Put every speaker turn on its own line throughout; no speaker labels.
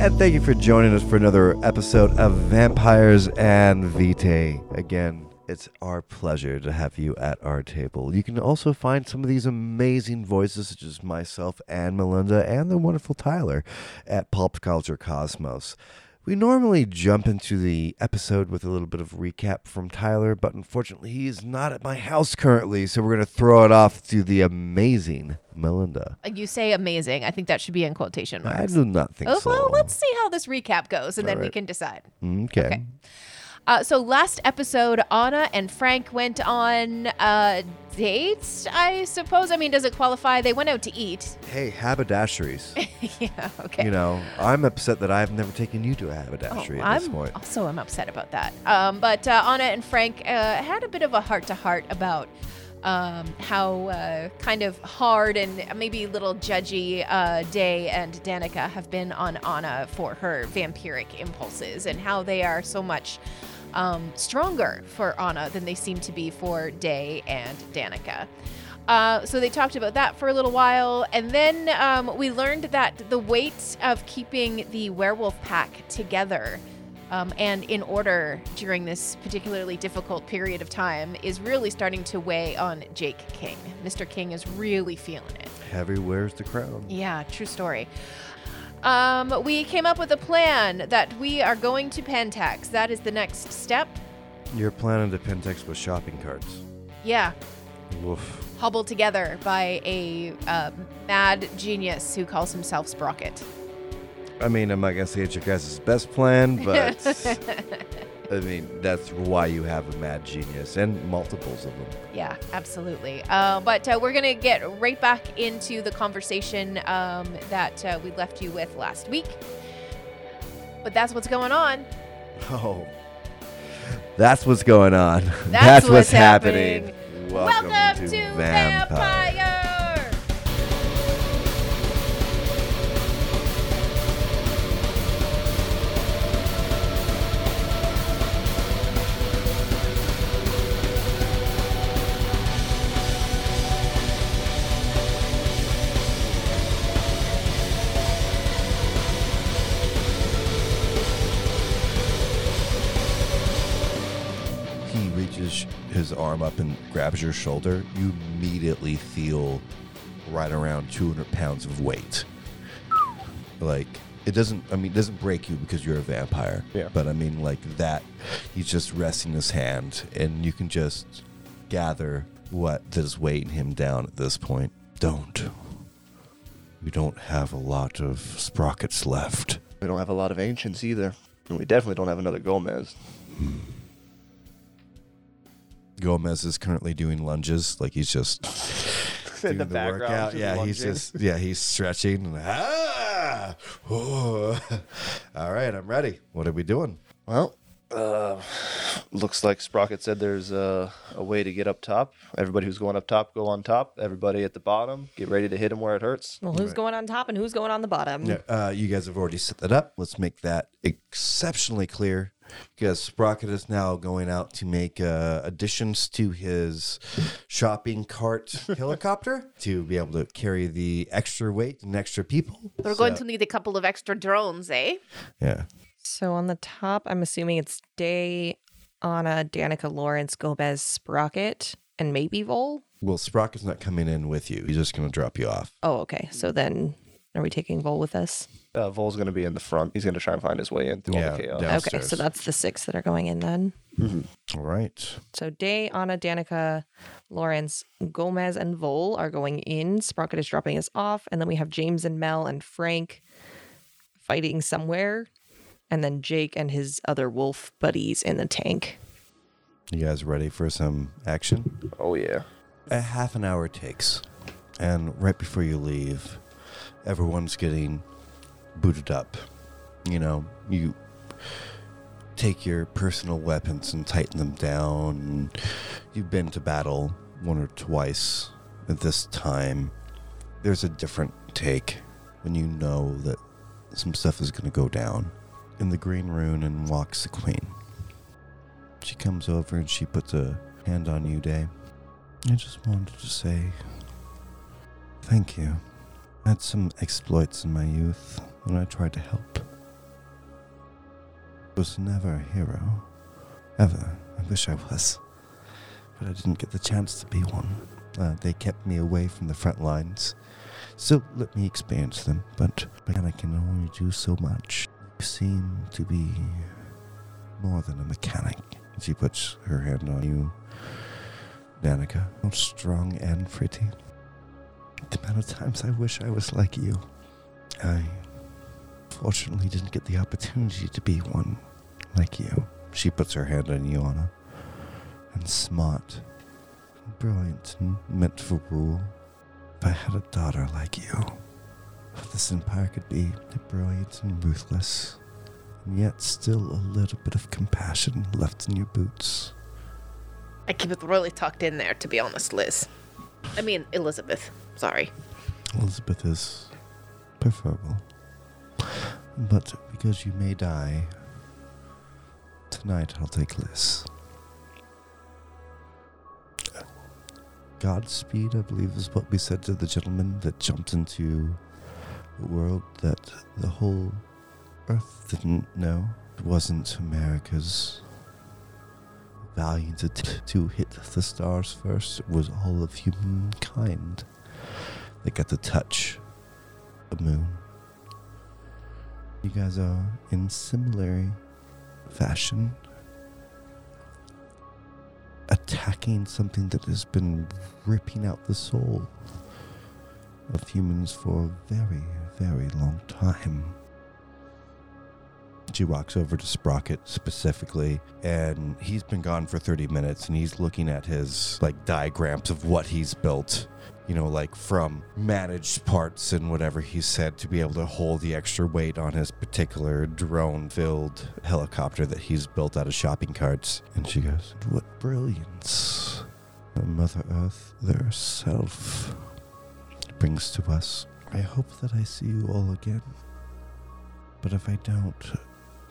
And thank you for joining us for another episode of Vampires and Vitae. Again, it's our pleasure to have you at our table. You can also find some of these amazing voices, such as myself and Melinda and the wonderful Tyler, at Pulp Culture Cosmos. We normally jump into the episode with a little bit of recap from Tyler, but unfortunately, he is not at my house currently, so we're going to throw it off to the amazing Melinda.
Like you say amazing. I think that should be in quotation
I
marks.
do not think
Oh,
so.
well, let's see how this recap goes and then we
Alright.
can decide.
okay.
Uh, so last episode, Anna and Frank went on uh, dates, I suppose. I mean, does it qualify? They went out to eat.
Hey, haberdasheries.
yeah, okay.
You know, I'm upset that I've never taken you to a
Oh,
haberdashery at
I'm
this point.
also I'm upset about that. Um, but uh, Anna and Frank uh, had a bit of a heart to heart about um, how uh, kind of hard and maybe a little judgy uh, Day and Danica have been on Anna for her vampiric impulses and how they are so much. Um, stronger for Anna than they seem to be for Day and Danica. Uh, so they talked about that for a little while, and then um, we learned that the weight of keeping the werewolf pack together um, and in order during this particularly difficult period of time is really starting to weigh on Jake King. Mr. King is really feeling it.
Heavy wears the crown.
Yeah, true story. Um, we came up with a plan that we are going to Pentax. That is the next step.
You're planning to Pentex with shopping carts.
Yeah,
Woof.
hobbled together by a uh, mad genius who calls himself Sprocket.
I mean, I'm not gonna say it's your guys' best plan, but I mean that's why you have a mad genius and multiples of them.
Yeah, absolutely. Uh, but uh, we're going to get right back into the conversation um, that uh, we left you with last week. But that's what's going on.
Oh, that's what's going on. That's,
what's
what's, happening.
Welcome, to, Vampire.
He reaches his arm up and grabs your shoulder. You immediately feel right around 200 pounds of weight. Like it doesn't. I mean, it doesn't break you because you're a vampire.
Yeah.
But I mean, like that. He's just resting his hand, and you can just gather what that is weighing him down at this point. Don't. We don't have a lot of sprockets left.
We don't have a lot of ancients either. And we definitely don't have another Gomez.
Gomez is currently doing lunges. Like he's just
In the background, just
Yeah,
lunging.
he's just yeah, he's stretching. and, ah, oh. All right, I'm ready. What are we doing?
Well, uh, looks like Sprocket said there's a, a way to get up top. Everybody who's going up top, go on top. Everybody at the bottom, get ready to hit him where it hurts.
Well, who's going on top and who's going on the bottom?
Yeah, uh, you guys have already set that up. Let's make that exceptionally clear because Sprocket is now going out to make uh, additions to his shopping cart helicopter to be able to carry the extra weight and extra people.
We're going to need a couple of extra drones, eh?
Yeah.
So on the top, I'm assuming it's Day, Anna, Danica, Lawrence, Gomez, Sprocket, and maybe Vol.
Well, Sprocket's not coming in with you. He's just going to drop you off.
Oh, okay. So then, are we taking Vol with us?
Uh, Vol's going to be in the front. He's going to try and find his way in through all
Yeah,
the chaos.
yeah.
Okay,
Upstairs.
so that's the six that are going in then.
All right.
So Day, Anna, Danica, Lawrence, Gomez, and Vol are going in. Sprocket is dropping us off, and then we have James and Mel and Frank fighting somewhere, and then Jake and his other wolf buddies in the tank.
You guys ready for some action?
Oh, yeah.
A half an hour takes, and right before you leave, everyone's getting booted up. You know, you take your personal weapons and tighten them down. And you've been to battle one or twice at this time. There's a different take when you know that some stuff is going to go down. In the green room and walks the queen. She comes over and she puts a hand on you, Day. I just wanted to say thank you. I had some exploits in my youth, and I tried to help. was never a hero. Ever. I wish I was. But I didn't get the chance to be one. Uh, they kept me away from the front lines. Still let me experience them, but, but I can only do so much. You seem to be more than a mechanic. She puts her hand on you, Danica. Oh, strong and pretty. The amount of times I wish I was like you. I fortunately didn't get the opportunity to be one like you. She puts her hand on you, Anna. And smart, brilliant, and meant for rule. If I had a daughter like you, this empire could be brilliant and ruthless, and yet still a little bit of compassion left in your boots.
I keep it really tucked in there, to be honest, Liz. I mean, Elizabeth. Sorry.
Elizabeth is preferable. But because you may die, tonight I'll take Liz. Godspeed, I believe, is what we said to the gentleman that jumped into a world that the whole Earth didn't know. It wasn't America's valiant attempt to hit the stars first, it was all of humankind that got to touch a moon. You guys are in similar fashion attacking something that has been ripping out the soul of humans for a very, very long time. She walks over to Sprocket specifically, and he's been gone for 30 minutes, and he's looking at his like diagrams of what he's built. You know, like from managed parts and whatever he said to be able to hold the extra weight on his particular drone filled helicopter that he's built out of shopping carts. And she goes, What brilliance! Mother Earth, their self, brings to us. I hope that I see you all again. But if I don't,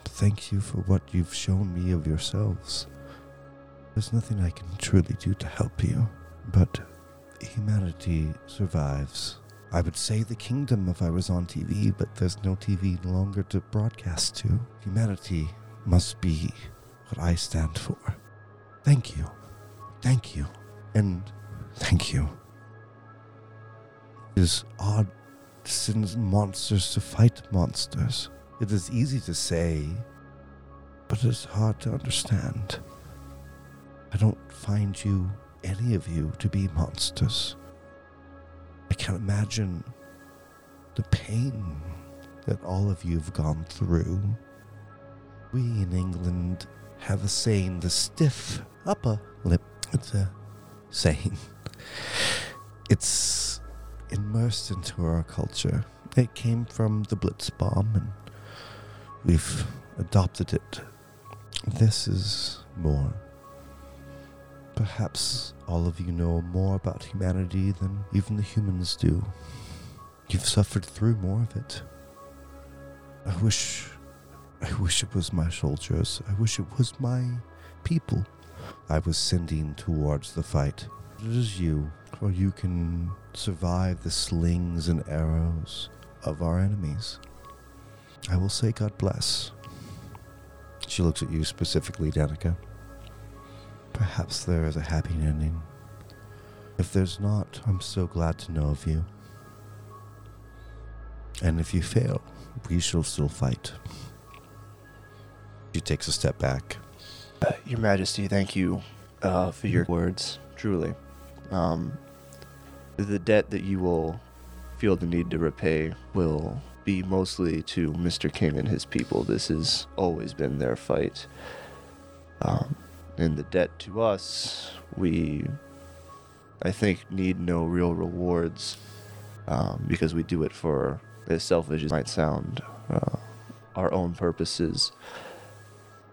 thank you for what you've shown me of yourselves. There's nothing I can truly do to help you, but humanity survives. I would say the kingdom if I was on TV, but there's no TV longer to broadcast to. Humanity must be what I stand for. Thank you. Thank you. And thank you. It is odd sends monsters to fight monsters. It is easy to say, but it is hard to understand. I don't find you, any of you, to be monsters. I can't imagine the pain that all of you have gone through. We in England have a saying the stiff upper lip. It's a saying. It's immersed into our culture. It came from the Blitz bomb, and we've adopted it. This is more. Perhaps all of you know more about humanity than even the humans do. You've suffered through more of it. I wish. I wish it was my soldiers. I wish it was my people I was sending towards the fight. It is you, for you can survive the slings and arrows of our enemies. I will say God bless. She looks at you specifically, Danica. Perhaps there is a happy ending. If there's not, I'm so glad to know of you. And if you fail, we shall still fight. She takes a step back.
Uh, Your Majesty, thank you uh, for your words, truly. Um, the debt that you will feel the need to repay will be mostly to Mr. King and his people. This has always been their fight. Um, and the debt to us, we, I think, need no real rewards um, because we do it for, as selfish as it might sound, uh, our own purposes.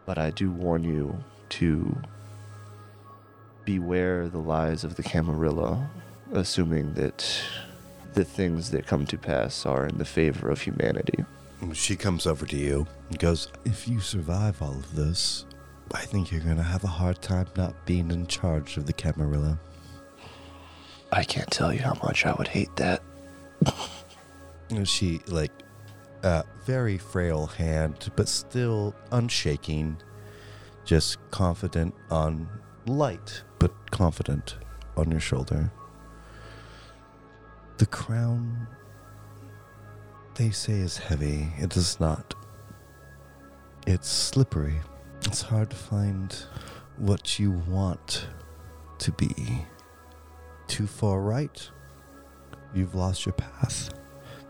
But I do warn you to beware the lies of the Camarilla, assuming that the things that come to pass are in the favor of humanity.
She comes over to you and goes, If you survive all of this, I think you're going to have a hard time not being in charge of the Camarilla.
I can't tell you how much I would hate that.
And she, like, uh, very frail hand, but still unshaking, just confident on light, but confident on your shoulder. The crown, they say, is heavy. It is not. It's slippery. It's hard to find what you want to be. Too far right, you've lost your path.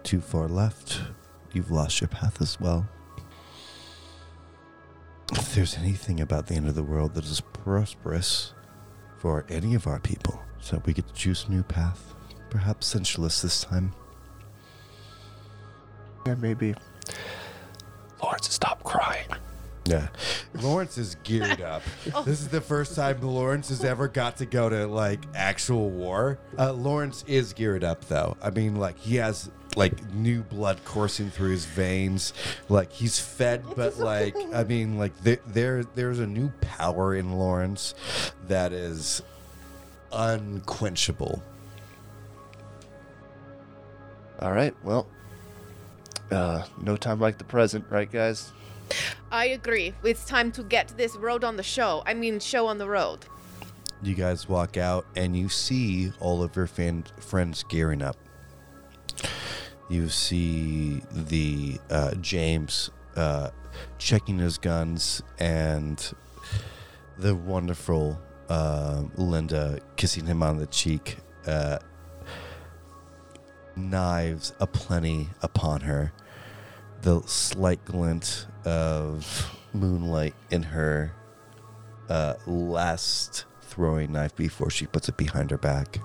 Too far left, you've lost your path as well. If there's anything about the end of the world that is prosperous for any of our people, so that we get to choose a new path, perhaps sensualist this time.
Yeah, maybe. Lawrence, stop crying.
Yeah. Lawrence is geared up. This is the first time Lawrence has ever got to go to like actual war. Uh, Lawrence is geared up though. I mean, like he has like new blood coursing through his veins. Like he's fed, but like I mean, like there, there there's a new power in Lawrence that is unquenchable.
All right, well, uh, no time like the present, right, guys?
I agree. It's time to get this road on the show. I mean, show on the road.
You guys walk out and you see all of your fan- friends gearing up. You see the uh, James uh, checking his guns and the wonderful uh, Linda kissing him on the cheek. Uh, knives aplenty upon her. The slight glint of moonlight in her uh, last throwing knife before she puts it behind her back.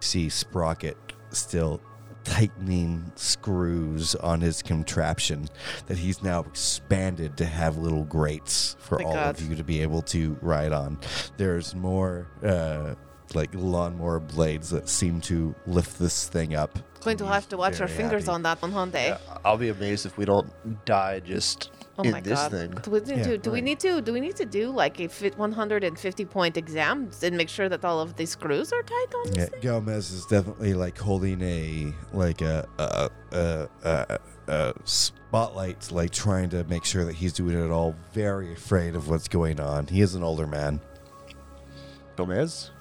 See Sprocket still tightening screws on his contraption that he's now expanded to have little grates for
Thank
all
God.
of you to be able to ride on. There's more uh, like lawnmower blades that seem to lift this thing up.
Going to have to watch our
Very
fingers
happy.
on that one, aren't they?
Uh, I'll be amazed if we don't die just
Eh. Oh
in
my
this
god!
thing.
Do, we need
Yeah,
to, do we
right.
need to do we need to do like a fit 150 point exam and make sure that all of these screws are tight on this
Yeah, Gomez is definitely like holding a like a a, a, a, a spotlight, like trying to make sure that he's doing it all. Very afraid of what's going on. He is an older man.
Gomez?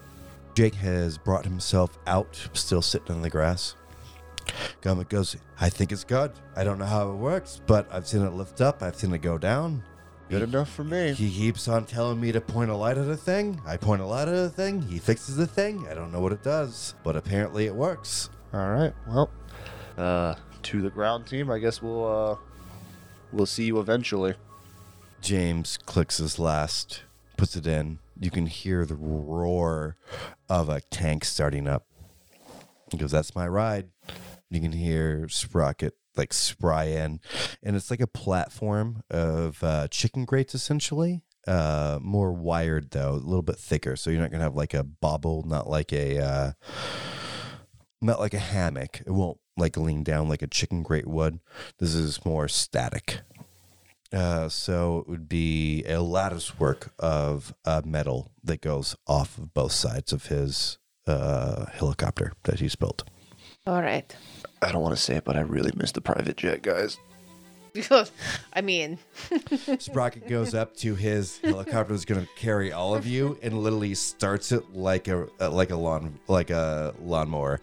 Jake has brought himself out, still sitting in the grass. Gomez goes, "I think it's good. I don't know how it works, but I've seen it lift up. I've seen it go down.
Good enough for me.
He keeps on telling me to point a light at a thing. I point a light at a thing. He fixes the thing. I don't know what it does, but apparently it works."
All right, well, uh, to the ground team. I guess we'll uh, we'll see you eventually.
James clicks his last, puts it in. You can hear the roar of a tank starting up. He goes, That's my ride. You can hear Sprocket like spry in. And it's like a platform of uh, chicken grates, essentially. Uh, more wired, though, a little bit thicker. So you're not going to have like a bobble, not like a. Uh, not like a hammock. It won't like lean down like a chicken grate would. This is more static. Uh, so it would be a lattice work of uh, metal that goes off of both sides of his uh, helicopter that he's built.
All right.
I don't want to say it, but I really miss the private jet, guys.
I mean,
Sprocket goes up to his helicopter that's going to carry all of you and literally starts it like a uh, like a lawn like a lawnmower.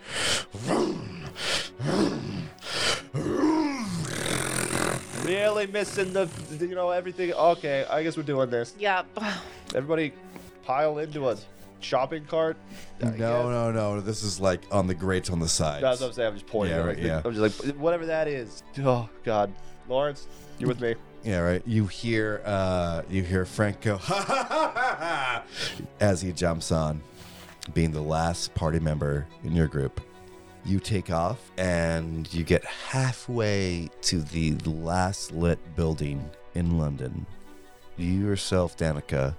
Really missing the, you know, everything. Okay, I guess we're doing this.
yeah.
Everybody, pile into a shopping cart. I guess.
No, no, no. This is like on the grates on the sides.
That's what I'm saying. I'm just pointing.
Yeah,
at
right,
it.
yeah.
I'm just like, whatever that is. Oh God, Lawrence, you're with me.
Yeah, right. You hear uh you hear Frank go ha ha ha ha ha as he jumps on, being the last party member in your group. You take off and you get halfway to the last lit building in London. You yourself, Danica,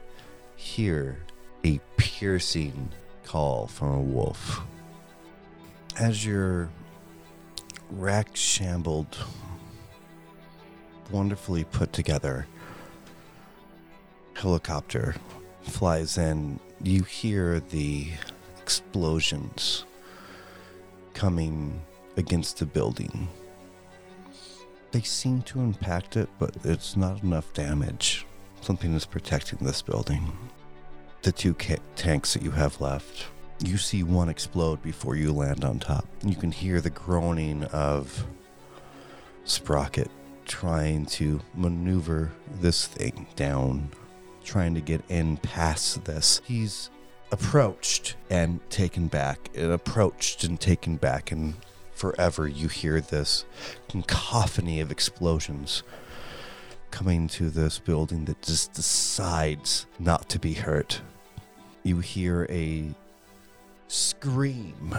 hear a piercing call from a wolf. As you're rack shambled wonderfully put together helicopter flies in. You hear the explosions coming against the building. They seem to impact it, but it's not enough damage. Something is protecting this building. The two ca- tanks that you have left, you see one explode before you land on top. You can hear the groaning of Sprocket trying to maneuver this thing down, trying to get in past this. He's approached and taken back, and approached and taken back, and forever you hear this cacophony of explosions coming to this building that just decides not to be hurt. You hear a scream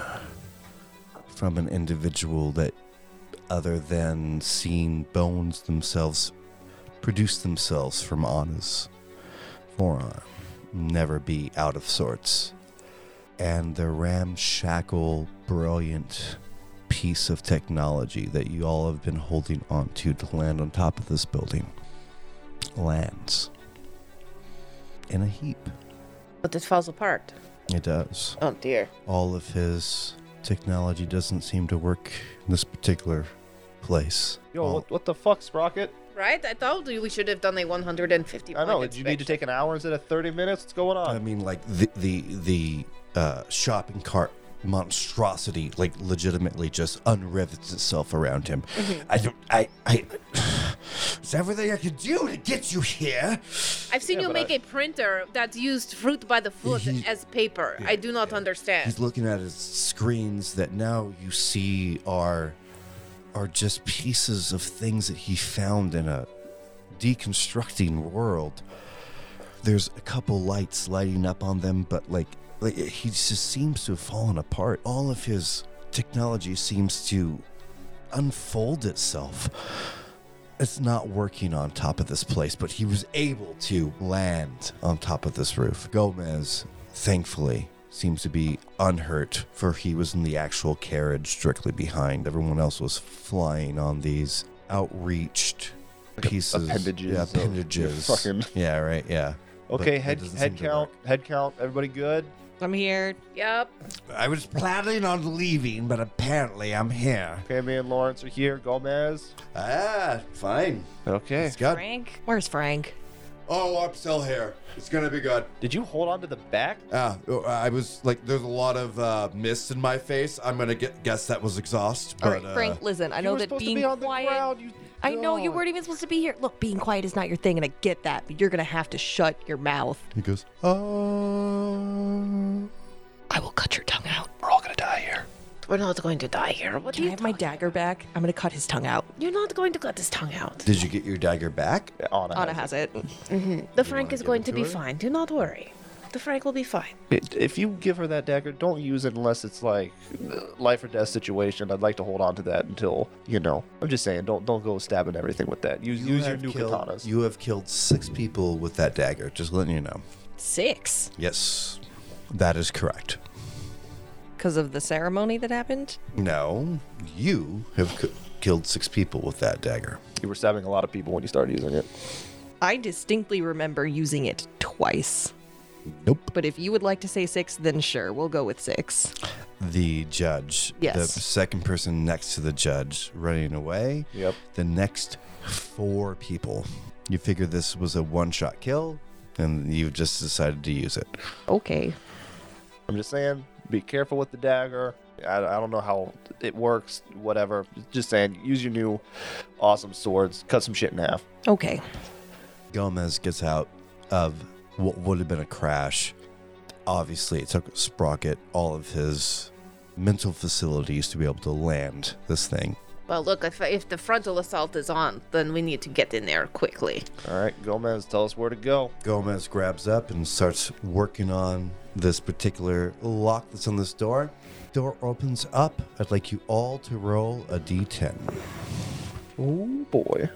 from an individual that other than seeing bones themselves produce themselves from Anna's forearm, never be out of sorts. And the ramshackle, brilliant piece of technology that you all have been holding on to to land on top of this building lands in a heap.
But it falls apart.
It does.
Oh dear.
all of his technology doesn't seem to work in this particular place.
Yo,
All-
what, what the fuck, Sprocket?
Right? I told you we should have done a 150.
I know.
point
You need to
inspection.
take an hour instead of 30 minutes? What's going on?
I mean, like the the the uh, shopping cart monstrosity, like legitimately just unrivets itself around him.
Mm-hmm.
I don't. I. I. It's everything I could do to get you here.
I've seen you
Yeah, but
make a printer that used fruit by the foot
He-
as paper. I do not understand.
He's looking at his screens that now you see are are just pieces of things that he found in a deconstructing world. There's a couple lights lighting up on them, but like, like he just seems to have fallen apart. All of his technology seems to unfold itself. It's not working on top of this place, but he was able to land on top of this roof. Gomez, thankfully, seems to be unhurt, for he was in the actual carriage directly behind. Everyone else was flying on these outreached pieces,
appendages
yeah,
of your
appendages.
fucking-
Yeah, right. Yeah. But
okay,
that
head,
doesn't
head
seem to
count. Head count. Everybody good?
I'm here.
Yep.
work. I was planning on leaving, but apparently I'm here.
Okay, me and Lawrence are here. Gomez.
Ah, fine.
Okay.
It's good.
Frank? Where's Frank?
Oh, I'm still here. It's gonna be good.
Did you hold on to the back?
Ah, uh, I was like, there's a lot of uh, mist in my face. I'm gonna get, guess that was exhaust.
All
But,
right, Frank,
uh,
listen, I
you
know
were
that
supposed
being
to be on
quiet.
the ground. You,
I know you
God.
weren't even supposed to be here. Look, being quiet is not your thing, and I get that, but you're gonna have to shut your mouth.
he goes, oh.
I will cut your tongue out.
We're all gonna die here.
We're not going to die here. What
Can
do you
I have my dagger back? I'm gonna cut his tongue out.
You're not going to cut his tongue out.
Did you get your dagger back?
Yeah, Anna.
Anna
has
has it.
The Frank is
give
going
it
to
to
be
her?
fine. Do not worry. The Frank will be fine.
it. If you give her that dagger, don't use it unless it's like uh, life or death situation. I'd like to hold on to that until you know. I'm just saying, don't don't go stabbing everything with that. Use use your
have
new
killed-
katanas.
You have killed six people with that dagger. Just letting you know.
Six.
Yes, that is correct.
Because of the ceremony that happened?
No, you have c- killed six people with that dagger.
You were stabbing a lot of people when you started using it.
I distinctly remember using it twice.
Nope.
But if you would like to say six, then sure, we'll go with six.
the judge. The
Yes.
second person next to the judge running away.
Yep.
The next four people. You figure this was a one shot kill, and you've just decided to use it.
Okay.
I'm just saying, be careful with the dagger. I, I don't know how it works, whatever. Just saying, use your new awesome swords, cut some shit in half.
Okay.
Gomez gets out of what would have been a crash. Obviously, it took Sprocket all of his mental facilities to be able to land this thing.
Well, look, if, if the frontal assault is on, then we need to get in there quickly.
All right, Gomez, tell us where to go.
Gomez grabs up and starts working on this particular lock that's on this door. Door opens up. I'd like you all to roll a d10.
Oh boy.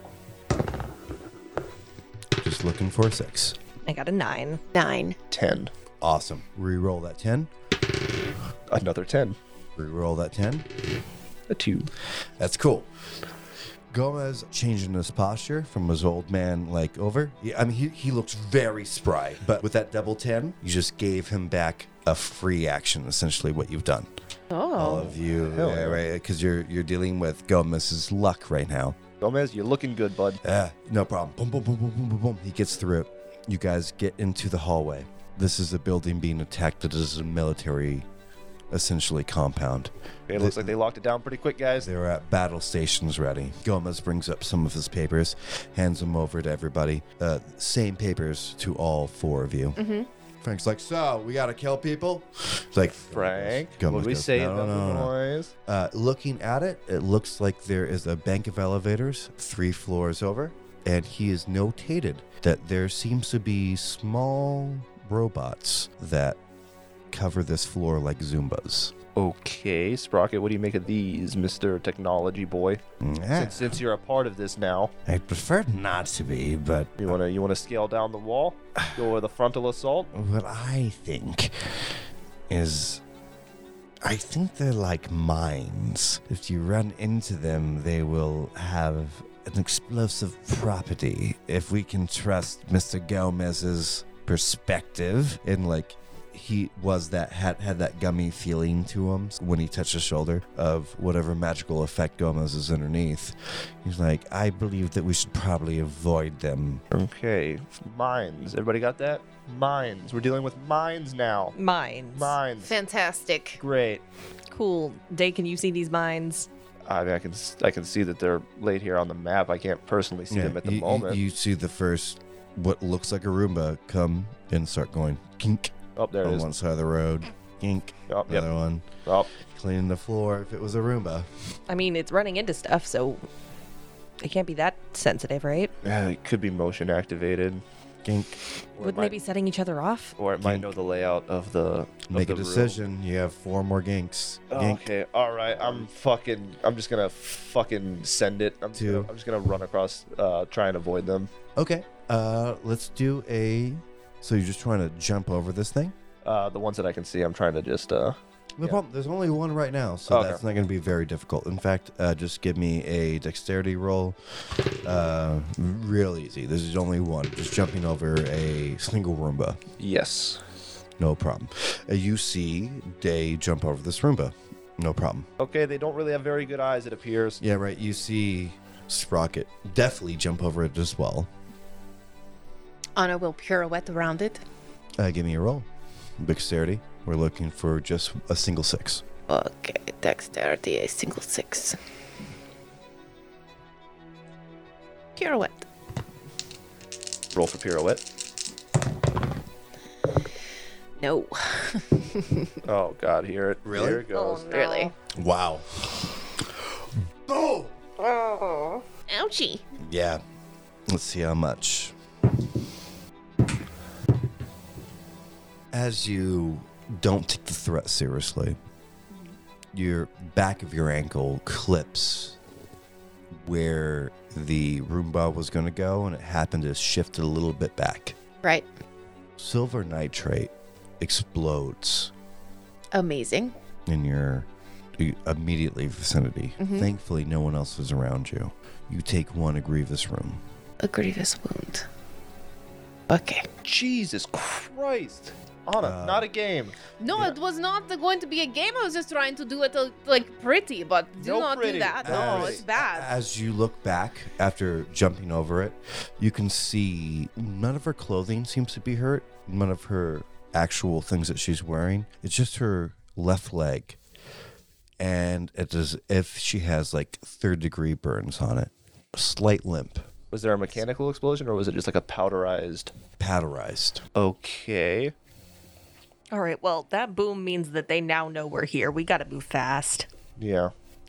Just looking for a six.
I got a nine.
Nine.
10.
Awesome. Reroll that 10.
Another 10.
Reroll that 10.
A 2.
That's cool. Gomez changing his posture from his old man like over. Yeah, I mean, he, he looks very spry, but with that double 10, you just gave him back a free action, essentially what you've done. All
Oh.
of you,
Hell
yeah,
yeah.
right? Because you're you're dealing with Gomez's luck right now.
Gomez, you're looking good, bud.
Yeah, no problem. Boom, boom, boom, boom, boom, boom, boom. He gets through it. You guys get into the hallway. This is a building being attacked that is a military, essentially, compound.
It looks like they locked it down pretty quick, guys.
They're at battle stations ready. Gomez brings up some of his papers, hands them over to everybody. Uh, same papers to all four of you. Mm-hmm. Frank's like, so we gotta kill people. It's like
Frank,
Gomez
what we
goes,
say
"No,
about
no, no,
the
no."
noise?
Uh, looking at it, it looks like there is a bank of elevators three floors over, and he has notated that there seems to be small robots that cover this floor like Zumbas.
Okay, Sprocket, what do you make of these, Mr. Technology Boy? Since, since you're a part of this now,
Mm, I prefer not to be, but
you wanna you wanna scale down the wall, go with a frontal assault.
what I think is I think they're like mines. If you run into them, they will have an explosive property. If we can trust Mr. Gomez's perspective and like he was that had had that gummy feeling to him when he touched his shoulder of whatever magical effect Gomez is underneath. He's like, I believe that we should probably avoid them.
Okay, mines. Everybody got that? Mines. We're dealing with mines now.
Mines.
Mines.
Fantastic.
Great.
Cool. Day, can you see these mines?
I mean, I can s- I can see that they're laid here on the map. I can't personally see them at the
you, you-
moment.
You, see the first, what looks like a Roomba come and start going kink
oh, there it
on
is.
one side of the road, kink,
Oh, yep.
another one,
Oh,
cleaning the floor if it was a Roomba.
I mean, it's running into stuff, so it can't be that sensitive, right?
yeah, it could be motion activated.
Kink.
Or it
Wouldn't
might-
they be setting each other off?
Or it might know the layout of the. of
Make
the
a
room.
decision. You have four more ginks.
Oh,
Gink.
okay, all right. I'm fucking. I'm just gonna fucking send it. I'm just,
Two.
gonna, I'm just gonna run across, uh, try and avoid them.
Okay. Uh, let's do a. So you're just trying to jump over this thing?
Uh, the ones that I can see, I'm trying to just. Uh,
No
Yeah.
problem. There's only one right now, so
Okay.
that's not going to be very difficult. In fact, uh, just give me a dexterity roll. Uh, real easy. This is only one. Just jumping over a single Roomba.
yes.
No problem. Uh, you see Day jump over this Roomba. No problem.
Okay, they don't really have very good eyes. It appears.
Yeah, right. You see Sprocket definitely jump over it as well.
Anna will pirouette around it.
Uh, give me a roll. Dexterity. We're looking for just a single six.
Okay, dexterity, a single six. Pirouette.
Roll for pirouette.
No.
Oh God, here it.
Really?
Here it goes.
Really?
Wow. Boom!
Ouchie.
Yeah. Let's see how much. As you don't take the threat seriously, your back of your ankle clips where the Roomba was going to go, and it happened to shift it a little bit back.
Right.
Silver nitrate explodes
Amazing.
in your immediately vicinity. Thankfully, no one else is around you. You take one egregious room.
A grievous wound. Okay.
Jesus Christ. Anna, not a game.
No, it was not going to be a game. I was just trying to do it uh, like pretty, but do
No
not
pretty.
do that.
As-
No, it's bad.
As you look back after jumping over it, you can see none of her clothing seems to be hurt. None of her actual things that she's wearing. It's just her left leg. And it's as if she has like third degree burns on it. Slight limp,
Was there a mechanical explosion or was it just like a powderized?
powderized.
Okay.
All right, well, that boom means that they now know we're here. We gotta move fast.
Yeah.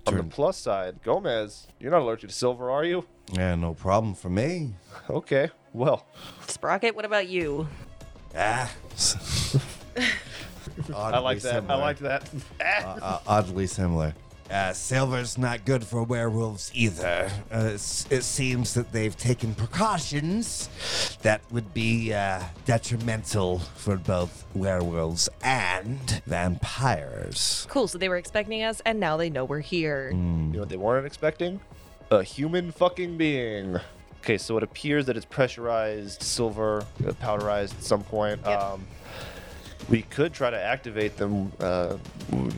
On the
Turn-
plus side, Gomez, you're not allergic to silver, are you?
Yeah, no problem for me.
Okay. Well,
Sprocket, what about you?
Ah.
I like that. I like that.
uh, oddly similar. Uh, silver's not good for werewolves either. Uh, s- it seems that they've taken precautions that would be uh, detrimental for both werewolves and vampires.
Cool, so they were expecting us, and now they know we're here.
You know what they weren't expecting? A human fucking being. Okay, so it appears that it's pressurized silver, uh, powderized at some point. Um, We could try to activate them. Uh,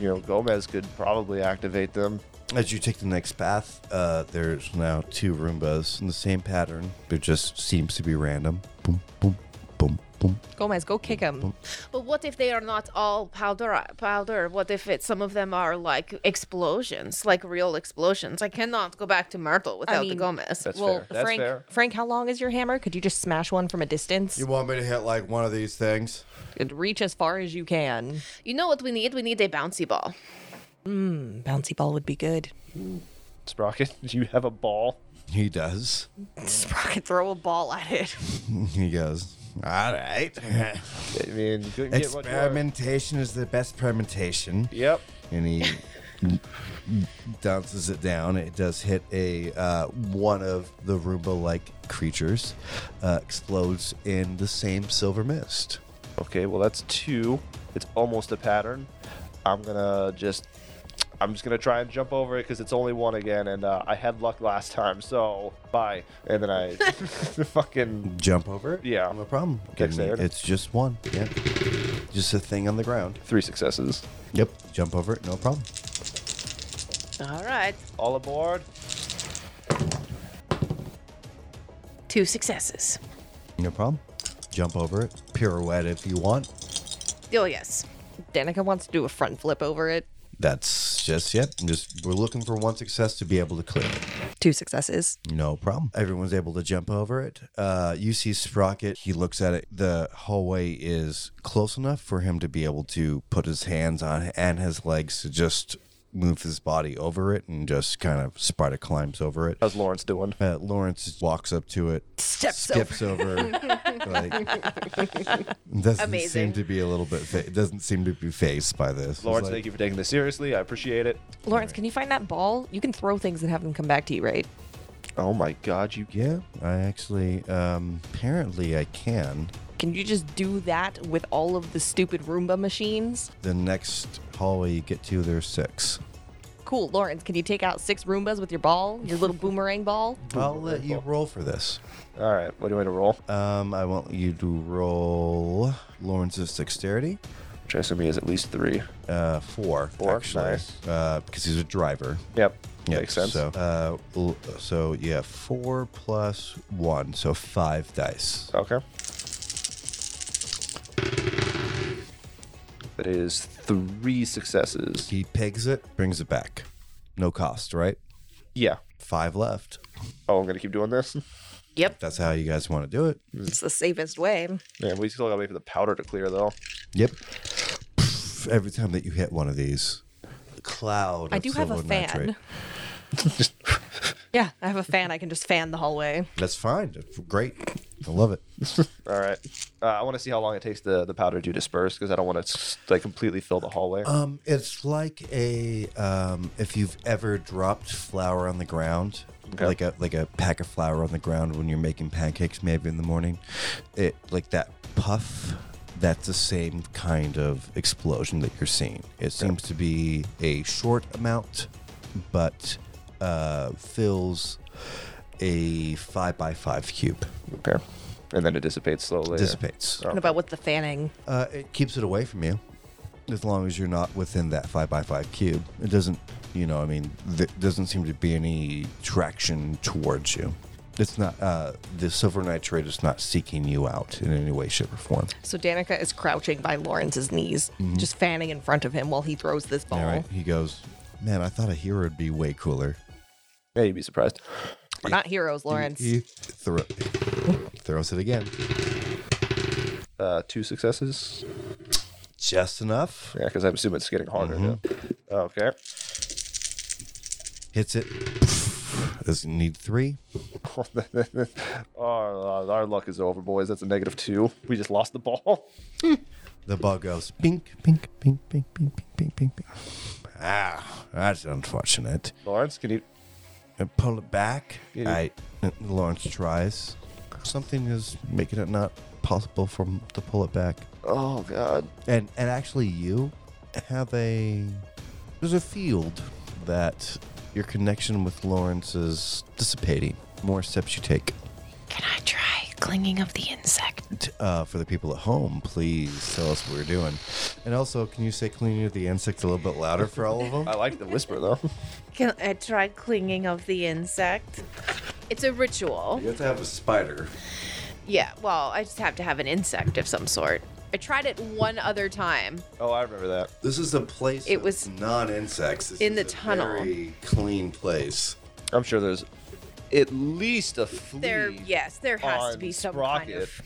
you know, Gomez could probably activate them.
As you take the next path, uh, there's now two Roombas in the same pattern. It just seems to be random. Boom, boom, boom, boom.
Gomez, go kick him.
But what if they are not all powder? Powder. What if it, some of them are like explosions, like real explosions? I cannot go back to Myrtle without the
mean-
Gomez.
That's
well,
fair. That's
Frank,
fair.
Frank, how long is your hammer? Could you just smash one from a distance?
You want me to hit like one of these things?
Could reach as far as you can.
You know what we need? We need a bouncy ball.
Bouncy ball would be good.
Sprocket, do you have a ball?
He does.
Sprocket, throw a ball at it.
He goes, All right.
I mean, you couldn't get much more.
Experimentation is the best permutation.
Yep.
and he bounces it down. It does hit a uh, one of the Roomba-like creatures, uh, explodes in the same silver mist.
Okay, well that's two. It's almost a pattern. I'm gonna just, I'm just gonna try and jump over it because it's only one again, and uh, I had luck last time, so bye. And then I, fucking
Jump over it?
Yeah.
no problem.
Kicks there.
It's just one. Yeah, just a thing on the ground.
three successes.
Yep, jump over it, no problem.
All right.
All aboard.
Two successes.
No problem. Jump over it, pirouette if you want.
Oh, yes.
Danica wants to do a front flip over it.
That's just yep. Just we're looking for one success to be able to clear.
Two successes.
No problem. Everyone's able to jump over it. Uh, you see Sprocket. He looks at it. The hallway is close enough for him to be able to put his hands on and his legs to just move his body over it and just kind of spider climbs over it.
How's Lawrence doing?
Uh, Lawrence walks up to it,
Steps
skips over, like doesn't
Amazing.
seem to be a little bit fa- doesn't seem to be phased by this. It's
Lawrence,
like,
thank you for taking this seriously. I appreciate it.
Lawrence, can you find that ball? You can throw things and have them come back to you, right?
Oh my God, you.
yeah, I actually um, apparently I can.
Can you just do that with all of the stupid Roomba machines?
The next hallway you get to, there's six.
Cool, Lawrence, can you take out six Roombas with your ball, your little boomerang ball?
I'll let you roll for this.
All right, what do you want to roll?
Um, I want you to roll Lawrence's dexterity.
Which I assume he has at least three.
Uh, four,
Four,
actually,
nice.
uh, because he's a driver.
Yep.
Yeah,
Makes sense.
So, uh, l- so yeah, four plus one, so five dice.
Okay. That is three successes.
He pegs it, brings it back, no cost, right?
Yeah.
Five left.
Oh, I'm gonna keep doing this.
That's how you guys want to do it.
It's the safest way.
Man, we still gotta wait for the powder to clear though.
Yep. Every time that you hit one of these, a cloud.
I
of
do have a
silver
fan.
nitrate.
Yeah, I have a fan. I can just fan the hallway.
That's fine. That's Great. I love it.
All right. Uh, I want to see how long it takes the, the powder to disperse because I don't want to like completely fill the hallway.
Um, it's like a um, if you've ever dropped flour on the ground, like a like a pack of flour on the ground when you're making pancakes, maybe in the morning. It like that puff. That's the same kind of explosion that you're seeing. It seems to be a short amount, but uh, fills a five by five cube.
okay. And then it dissipates slowly.
Dissipates.
What about with the fanning?
Uh, it keeps it away from you, as long as you're not within that five by five cube. It doesn't, you know, I mean, there doesn't seem to be any traction towards you. It's not uh, the silver nitrate is not seeking you out in any way, shape, or form.
So Danica is crouching by Lawrence's knees, just fanning in front of him while he throws this ball.
All Mm-hmm. right, he goes. Man, I thought a hero would be way cooler.
Yeah, you'd be surprised.
We're not heroes, Lawrence. Oh
He thro- throws it again.
Uh, two successes.
Just enough.
Yeah, because I assume it's getting harder. now. Okay.
Hits it. Doesn't need three.
Our, uh, our luck is over, boys. That's a negative two. We just lost the ball.
The ball goes pink, pink, pink, pink, pink, pink, pink, pink, pink. Ah, that's unfortunate.
Lawrence, can you?
and pull it back.
Yeah.
I and Lawrence tries. Something is making it not possible for him to pull it back.
Oh God.
And and actually, you have a there's a field that your connection with Lawrence is dissipating. More steps you take.
Can I try
slinging of the insect.
t- uh, for the people at home, please tell us what we're doing. And also, can you say cleaning of the insect a little bit louder for all of them?
I like the whisper though.
Can I try clinging of the insect?
It's a ritual.
You have to have a spider.
Yeah, well, I just have to have an insect of some sort.
I tried it one other time.
Oh, I remember that.
This is a place.
It was
non-insects. This
in
is
the
a
tunnel.
Very clean place.
I'm sure there's at least a flea.
There, yes, there has to
on
be some kind
Sprocket.
of.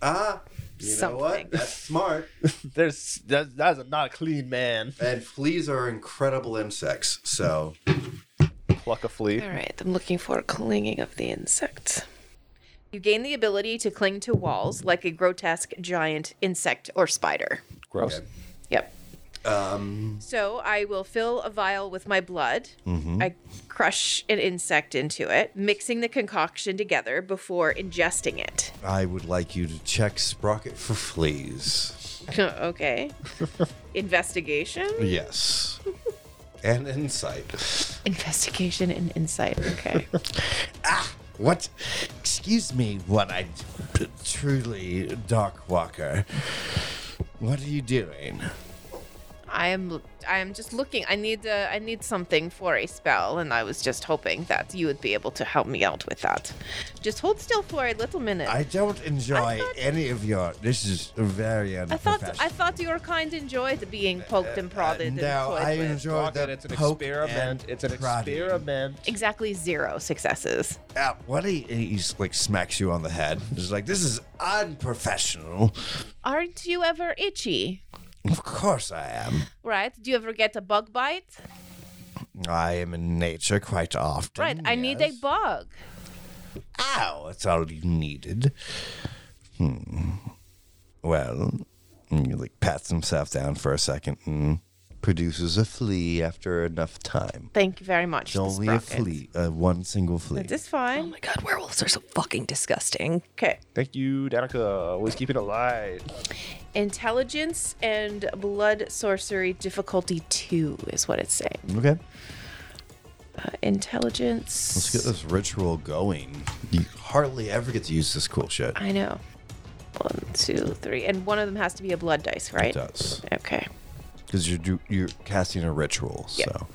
Ah, you know
Something.
what? That's smart.
There's that's, that's a not a clean man.
and fleas are incredible insects. So
Pluck a flea.
All right, I'm looking for clinging of the insect.
You gain the ability to cling to walls like a grotesque giant insect or spider.
Gross.
Yep.
um,
So I will fill a vial with my blood. I crush an insect into it, mixing the concoction together before ingesting it.
I would like you to check Sprocket for fleas.
okay. Investigation?
Yes. and insight.
Investigation and insight. Okay.
What? Excuse me, what I truly, Dark Walker. What are you doing?
I am, I am just looking. I need, uh, I need something for a spell, and I was just hoping that you would be able to help me out with that. Just hold still for a little minute.
I don't enjoy any of your. This is very
I thought
unprofessional.
I thought your kind enjoyed being poked and prodded and
Uh, now
toyed
I
with.
enjoy
Rocket,
that.
it's an experiment. It's an experiment.
Exactly zero successes.
Out. What he, he just, like smacks you on the head. It's like this is unprofessional.
Aren't you ever itchy?
Of course I am.
Right? Do you ever get a bug bite?
I am in nature quite often.
Right. I need a
yes.
bug.
Ow, that's all you needed. Hmm. Well, and he like pats himself down for a second and produces a flea after enough time.
Thank you very much.
It's only a
Sprocket.
flea, uh, one single flea.
It's fine.
Oh my god, werewolves are so fucking disgusting.
Okay.
Thank you, Danica. Always keeping it light.
Intelligence and blood sorcery difficulty two is what it's saying.
Okay,
Uh, intelligence.
let's get this ritual going. You hardly ever get to use this cool shit.
I know. One, two, three, and one of them has to be a blood dice,
It
right?
does
Okay.
because you're do, you're casting a ritual.
Yeah.
So,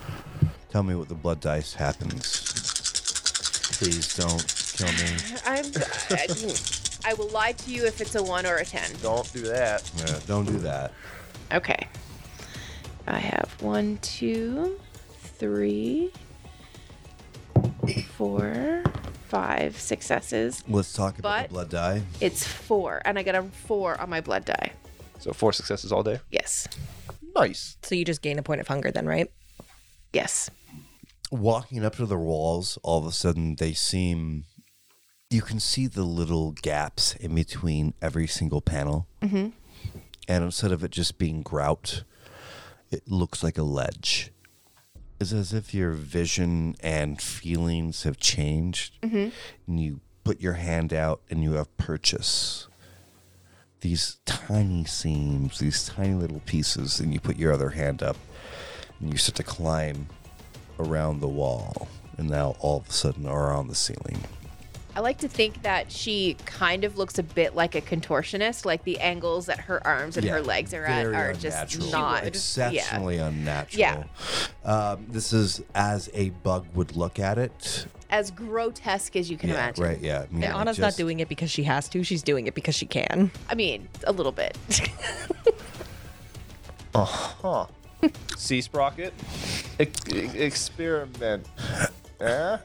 tell me what the blood dice happens. Please don't kill me.
I'm. I, I will lie to you if it's a one or a ten.
Don't do that.
Yeah, don't do that.
Okay. I have one, two, three, four, five successes.
Let's talk about
But-
the blood dye.
It's four, and I got a four on my blood die.
So four successes all day.
Yes.
Nice.
So you just gain a point of hunger then, right?
Yes.
Walking up to the walls, all of a sudden they seem. You can see the little gaps in between every single panel. Mm-hmm. And instead of it just being grout, it looks like a ledge. It's as if your vision and feelings have changed. Mm-hmm. And you put your hand out and you have purchase. These tiny seams, these tiny little pieces, and you put your other hand up and you start to climb around the wall and now all of a sudden are on the ceiling.
I like to think that she kind of looks a bit like a contortionist, like the angles that her arms and her legs are at
Very
are just
unnatural.
not. Yeah.
exceptionally unnatural.
Yeah.
Um, this is as a bug would look at it.
As grotesque as you can
yeah,
imagine.
right. Yeah. I mean,
Anna's
just-
not doing it because she has to, she's doing it because she can.
I mean, a little bit.
Sea sprocket. Ex- ex- experiment. Eh?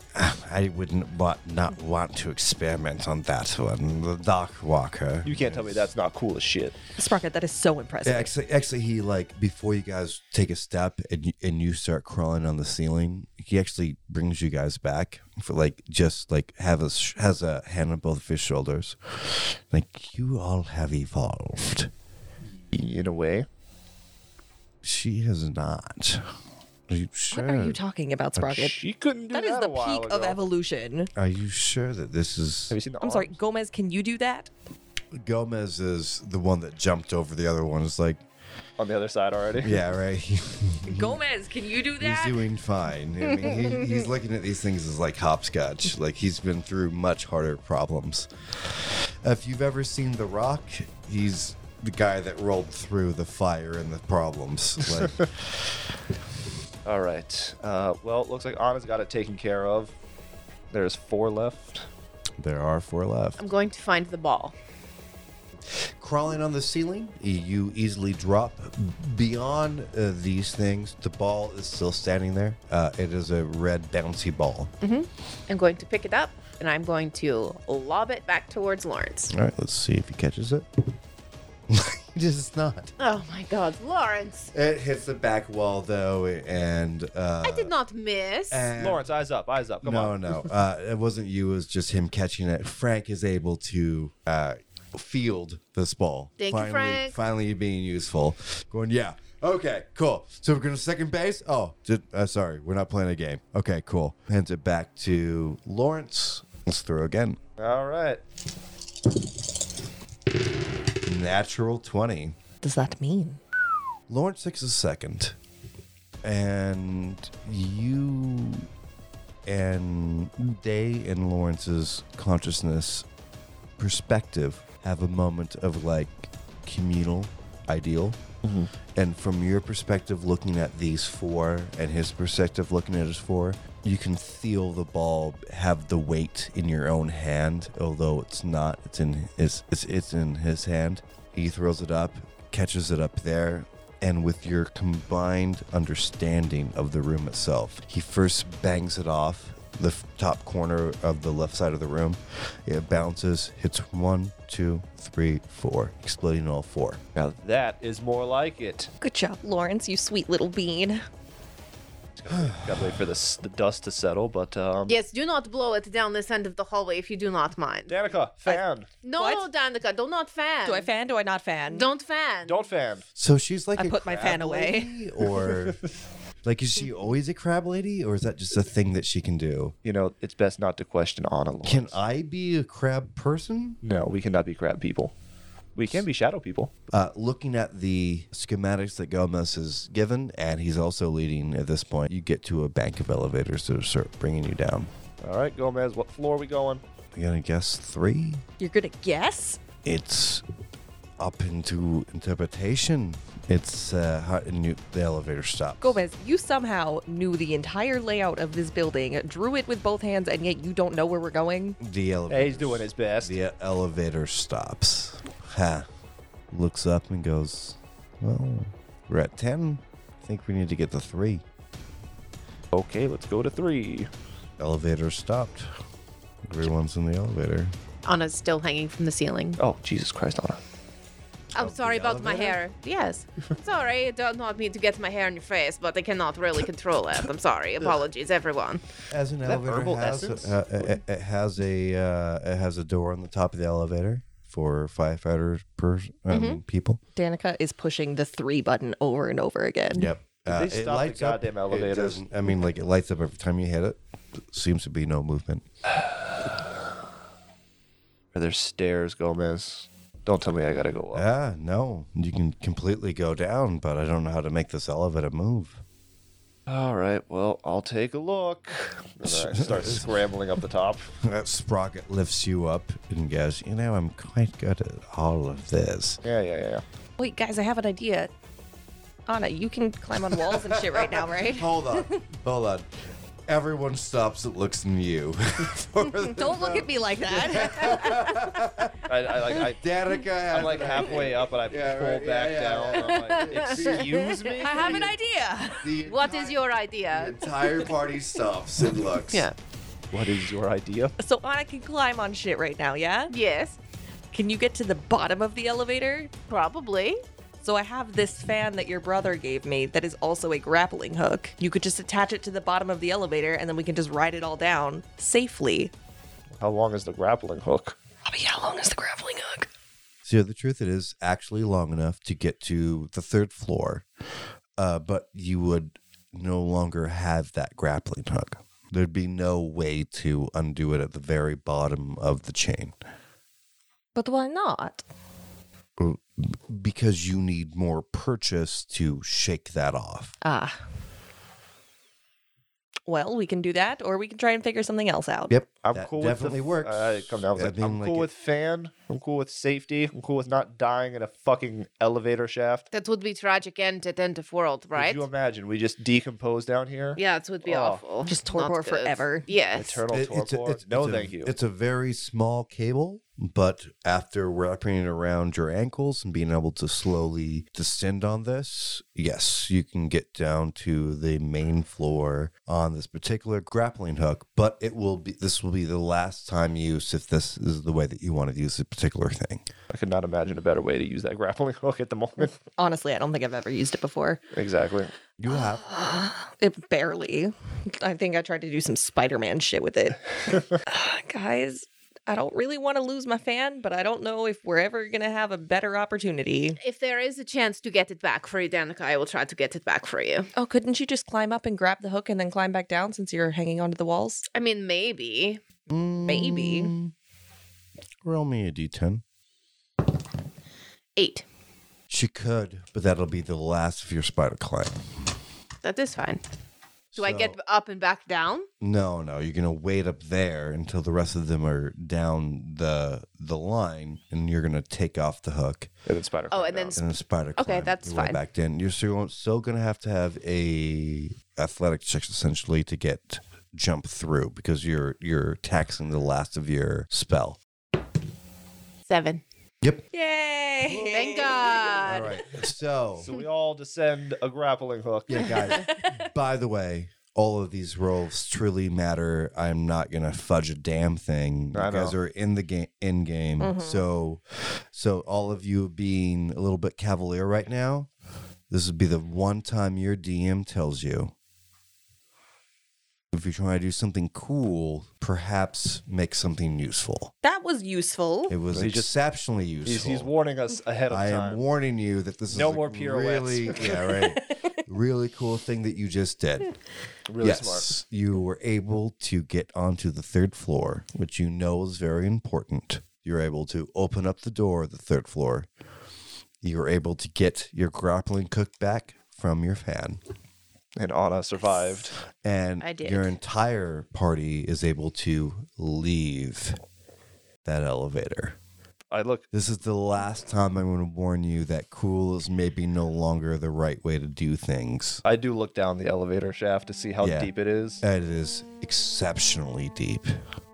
I wouldn't want not want to experiment on that one. The Dark Walker.
You can't tell me that's not cool as shit.
Sprocket, that is so impressive.
Yeah, actually, actually, he like before you guys take a step and you, and you start crawling on the ceiling, he actually brings you guys back for like just like have a sh- has a hand on both of his shoulders, like you all have evolved.
In a way.
She has not. Are you sure?
What are you talking about, Sprocket?
She couldn't do
That
that.
is the
a while
peak of
ago.
evolution.
Are you sure that this is
Have you seen the
I'm sorry,
arms?
Gomez, can you do that?
Gomez is the one that jumped over the other one? It's like
on the other side already.
Yeah, right.
Gomez, can you do
he's
that?
doing fine. I mean, he, he's looking at these things as like hopscotch. Like he's been through much harder problems. If you've ever seen The Rock, he's the guy that rolled through the fire and the problems. Like,
All right. Uh, well, it looks like Anna's got it taken care of. There's four left.
There are four left.
I'm going to find the ball.
crawling on the ceiling. You easily drop beyond uh, these things. The ball is still standing there. Uh, it is a red bouncy ball.
I'm going to pick it up and I'm going to lob it back towards Lawrence.
All right, let's see if he catches it. he does not.
Oh my god, Lawrence!
It hits the back wall though, and uh,
I did not miss.
and-
Lawrence, eyes up, eyes up. Come
no,
on.
no, uh, it wasn't you. It was just him catching it. Frank is able to uh, field this ball.
Thank you,
finally,
Frank.
Finally, being useful. Going, yeah, okay, cool. So we're going to second base. Oh, did, uh, sorry, we're not playing a game. Okay, cool. Hands it back to Lawrence. Let's throw again.
All right.
Natural twenty.
Does that mean?
Lawrence takes a second, and you and Day and Lawrence's consciousness perspective have a moment of like communal ideal. And from your perspective, looking at these four, and his perspective, looking at his four, you can feel the ball have the weight in your own hand, although it's not. It's in it's it's, it's in his hand. He throws it up, catches it up there, and with your combined understanding of the room itself, he first bangs it off the f- top corner of the left side of the room. It bounces, hits one, two, three, four, exploding all four.
Now that is more like it.
Good job, Lawrence, you sweet little bean.
Gotta wait for this, the dust to settle, but um.
yes, do not blow it down this end of the hallway if you do not mind.
Danica, fan.
no,
What?
Danica, do not fan.
Do I fan? Do I not fan?
Don't fan.
Don't fan.
So she's like
I
a
put my
crab
fan away.
lady, or like is she always a crab lady or is that just a thing that she can do?
You know, it's best not to question Anna. Lawrence.
Can I be a crab person?
No, we cannot be crab people. We can be shadow people.
Uh, looking at the schematics that Gomez has given, and he's also leading at this point, you get to a bank of elevators that are sort of bringing you down.
All right, Gomez, what floor are we going?
I'm gonna guess three.
You're gonna guess?
It's up into interpretation. It's uh, how and you, the elevator stops.
Gomez, you somehow knew the entire layout of this building, drew it with both hands, and yet you don't know where we're going?
The elevator.
Hey, he's doing his best.
The elevator stops. Ha. Looks up and goes, Well, we're at 10. I think we need to get to 3.
Okay, let's go to three.
Elevator stopped. Everyone's in the elevator.
Anna's still hanging from the ceiling.
Oh, Jesus Christ, Anna.
I'm Oh, sorry about my
elevator?
hair. Yes. sorry, I do not mean to get my hair in your face, but I cannot really control it. I'm sorry. Apologies, everyone.
As an elevator
herbal
has,
essence?
uh, it, it has a uh, it has a door on the top of the elevator for firefighters per um, people.
Danica is pushing the three button over and over again.
Yep. Uh,
they stop the goddamn
it
elevators?
doesn't- I mean, like it lights up every time you hit it. Seems to be no movement.
Are there stairs, Gomez? Don't tell me I gotta go up.
Ah, no. You can completely go down, but I don't know how to make this elevator move.
All right, well, I'll take a look. And then I start scrambling up the top.
That sprocket lifts you up and goes, You know, I'm quite good at all of this.
Yeah, yeah, yeah. yeah.
Wait, guys, I have an idea. Anna, you can climb on walls and shit right now, right?
Hold on. Hold on. Everyone stops and looks in you. For the-
Don't look at me like that.
I, I, like, I,
Danica has
I'm like halfway up and I
Yeah,
pull
right, yeah,
back
yeah.
down. I'm like, excuse me?
I have an idea.
the
What is your idea?
entire party stops and looks.
Yeah.
What is your idea?
So Anna can climb on shit right now, yeah?
Yes,
Can you get to the bottom of the elevator?
probably.
So I have this fan that your brother gave me that is also a grappling hook. You could just attach it to the bottom of the elevator and then we can just ride it all down safely.
How long is the grappling hook?
Robbie, how long is the grappling hook?
So the truth it is actually long enough to get to the third floor, uh, but you would no longer have that grappling hook. There'd be no way to undo it at the very bottom of the chain.
But why not?
Oh, because you need more purchase to shake that off.
Ah. Well, we can do that, or we can try and figure something else out.
Yep.
I'm
That
cool.
definitely
with
works.
the, I come down. I was
I
like,
mean,
I'm
like
cool
it-
with fan. I'm cool with safety. I'm cool with not dying in a fucking elevator shaft.
That would be tragic end at end of world, right?
Could you imagine? We just decompose down here.
yeah, it would be
Oh.
awful.
Just
Not
torpor
good.
forever.
Yes.
Eternal
It-
torpor. no, thank
a,
you.
It's a very small cable, but after wrapping it around your ankles and being able to slowly descend on this, yes, you can get down to the main floor on this particular grappling hook. But it will be this will be the last time use if this is the way that you want to use this particular thing.
I could not imagine a better way to use that grappling hook at the moment.
Honestly, I don't think I've ever used it before.
exactly.
You have
It barely. I think I tried to do some Spider Man shit with it. Guys, I don't really want to lose my fan, but I don't know if we're ever going to have a better opportunity.
If there is a chance to get it back for you, Danica, I will try to get it back for you.
Oh, couldn't you just climb up and grab the hook and then climb back down since you're hanging onto the walls?
I mean, maybe.
Maybe.
roll me a d10.
Eight.
She could, but that'll be the last of your spider climb.
That is fine. Do I get
So-
up and back down?
No, no, you're gonna wait up there until the rest of them are down the the line, and you're gonna take off the hook
And then spider.
Oh,
climb
and then
down.
and then spider.
Okay,
climb
that's
your way
fine.
Back in, you're still, still gonna have to have a athletic check essentially to get jump through because you're you're taxing the last of your spell.
Seven.
Yay!
Thank God.
All right, so
So we all descend a grappling hook.
yeah, guys. by the way. All of these roles truly matter. I'm not gonna fudge a damn thing. You
I know. Mm-hmm.
guys are in the game, end game. So, so all of you being a little bit cavalier right now, this would be the one time your DM tells you. If you're trying to do something cool, perhaps make something useful.
That was useful.
It was
He just-
exceptionally
He's,
useful.
he's warning us ahead of
I
time.
am warning you that this
No
is a
more pirouettes.
Really, yeah, right. really cool thing that you just did.
really
yes,
smart.
you were able to get onto the third floor, which you know is very important. You're able to open up the door of the third floor. You're able to get your grappling hook back from your fan,
And Anna survived.
and your entire party is able to leave that elevator.
I look.
This is the last time I'm going to warn you that cool is maybe no longer the right way to do things.
I do look down the elevator shaft to see how
Yeah.
deep it is.
It is exceptionally deep.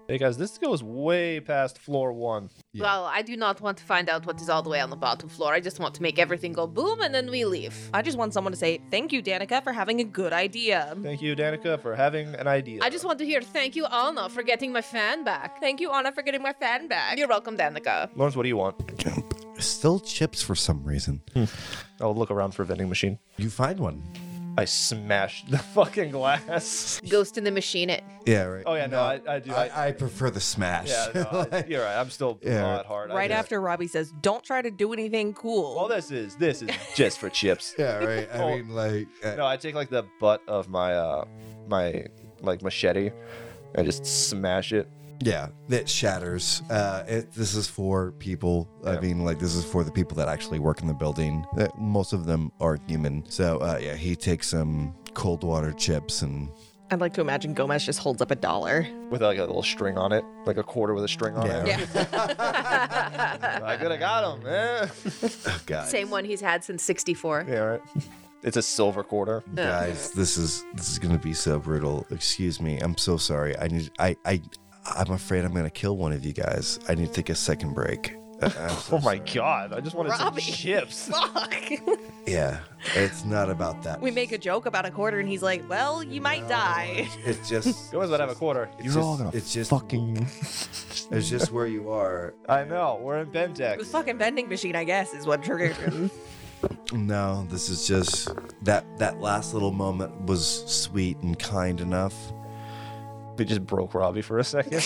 Hey guys, this goes way past floor one.
Yeah.
Well, I do not want to find out what is all the way on the bottom floor. I just want to make everything go boom and then we leave.
I just want someone to say, thank you, Danica, for having a good idea.
Thank you, Danica, for having an idea.
I just want to hear thank you, Anna, for getting my fan back.
Thank you, Anna, for getting my fan back.
You're welcome, Danica.
Lawrence, what do you want?
Still chips for some reason.
I'll look around for a vending machine.
You find one.
I smashed the fucking glass.
Ghost in the machine it.
Yeah, right.
Oh yeah, no, I, I do. I,
I, I prefer the smash.
yeah, no, I,
Like,
you're right. I'm still
Yeah.
raw at heart. I
right
just-
after Robbie says, don't try to do anything cool.
All this is this is just for chips.
yeah, right. I
Oh.
mean, like, uh,
No, I take like the butt of my uh my like machete and just smash it.
yeah, it shatters. Uh, it, this is for people. I
Yeah.
mean, like, this is for the people that actually work in the building. Uh, most of them are human. So, uh, yeah, he takes some cold water chips and
I'd like to imagine Gomez just holds up a dollar.
with like a little string on it, like a quarter with a string on it.
Yeah.
I could have got him. man.
guys.
Same one he's had since 64.
yeah, right. It's a silver quarter.
Guys, this is this is gonna be so brutal. Excuse me. I'm so sorry. I need. I. I. I'm afraid I'm gonna kill one of you guys. I need to take a second break. Uh, I'm so
Oh my
sorry.
god! I just wanted
Robbie.
some chips.
Yeah, it's not about that.
We make a joke about a quarter, and he's like, well, you might die.
It's just.
Go
it's
with have a
just
quarter.
it's just, it's just fucking. it's just where you are.
I know. We're in
It was
Bentex.
fucking vending machine, I guess, is what triggered him.
No, this is just that that last little moment was sweet and kind enough.
We just broke Robbie for a second.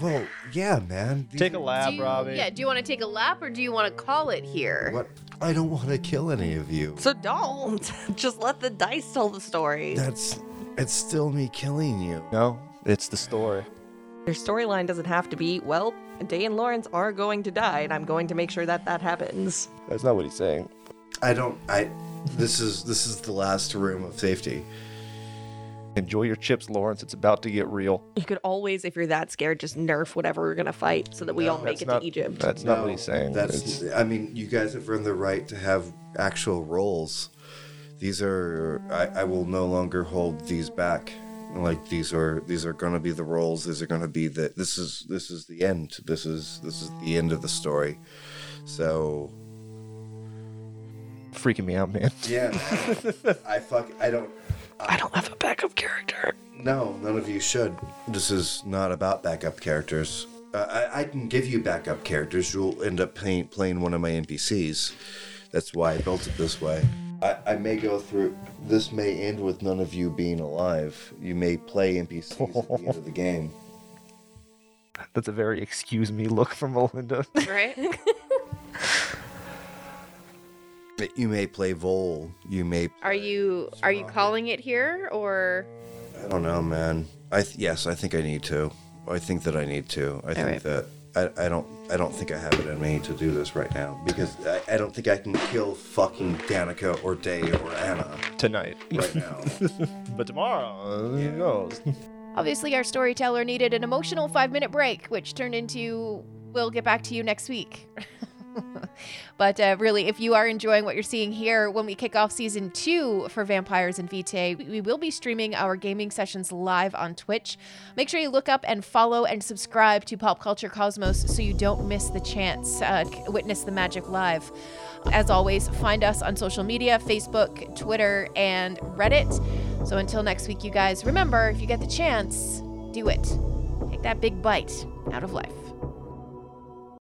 Well, yeah, man. These
Take
are-
a
Do
lap,
you-
Robbie.
Yeah, do you want to take a lap or do you want to call it here?
What? I don't want to kill any of you.
so don't. Just let the dice tell the story.
That's it's still me killing you.
No, it's the story.
Their storyline doesn't have to be, well, Day and Lawrence are going to die, and I'm going to make sure that that happens.
That's not what he's saying.
I don't. I. This is this is the last room of safety.
Enjoy your chips, Lawrence. It's about to get real.
You could always, if you're that scared, just nerf whatever we're going to fight so that we all make
That's
it
not-
to Egypt.
That's not what he's saying.
That's. I mean, you guys have earned the right to have actual roles. These are. I, I will no longer hold these back. Like these are these are going to be the roles. These are going to be the. This is this is the end. This is this is the end of the story. So
It's freaking me out, man.
yeah, I fuck. I don't.
I don't have a backup character.
No, none of you should. This is not about backup characters. Uh, I, I can give you backup characters. You'll end up playing, playing one of my NPCs. That's why I built it this way. I, I may go through. This may end with none of you being alive. You may play NPCs at the end of the game.
That's a very excuse me look from Melinda.
right?
But You may play Vol. You may.
Are you are you calling it here or
I don't know, man. I th- yes, I think I need to. I think that I need to. I think that I, I don't I don't think I have it in me to do this right now because I, I don't think I can kill fucking Danica or Day or Anna
Tonight.
right now.
But tomorrow, uh, who knows?
Obviously, our storyteller needed an emotional five minute break, which turned into we'll get back to you next week. but uh, really, if you are enjoying what you're seeing here, when we kick off season two for Vampires and Vitae, we- we will be streaming our gaming sessions live on Twitch. Make sure you look up and follow and subscribe to Pop Culture Cosmos so you don't miss the chance uh, c- witness the magic live. As always, find us on social media Facebook, Twitter, and Reddit. So until next week, you guys, remember if you get the chance, do it. Take that big bite out of life.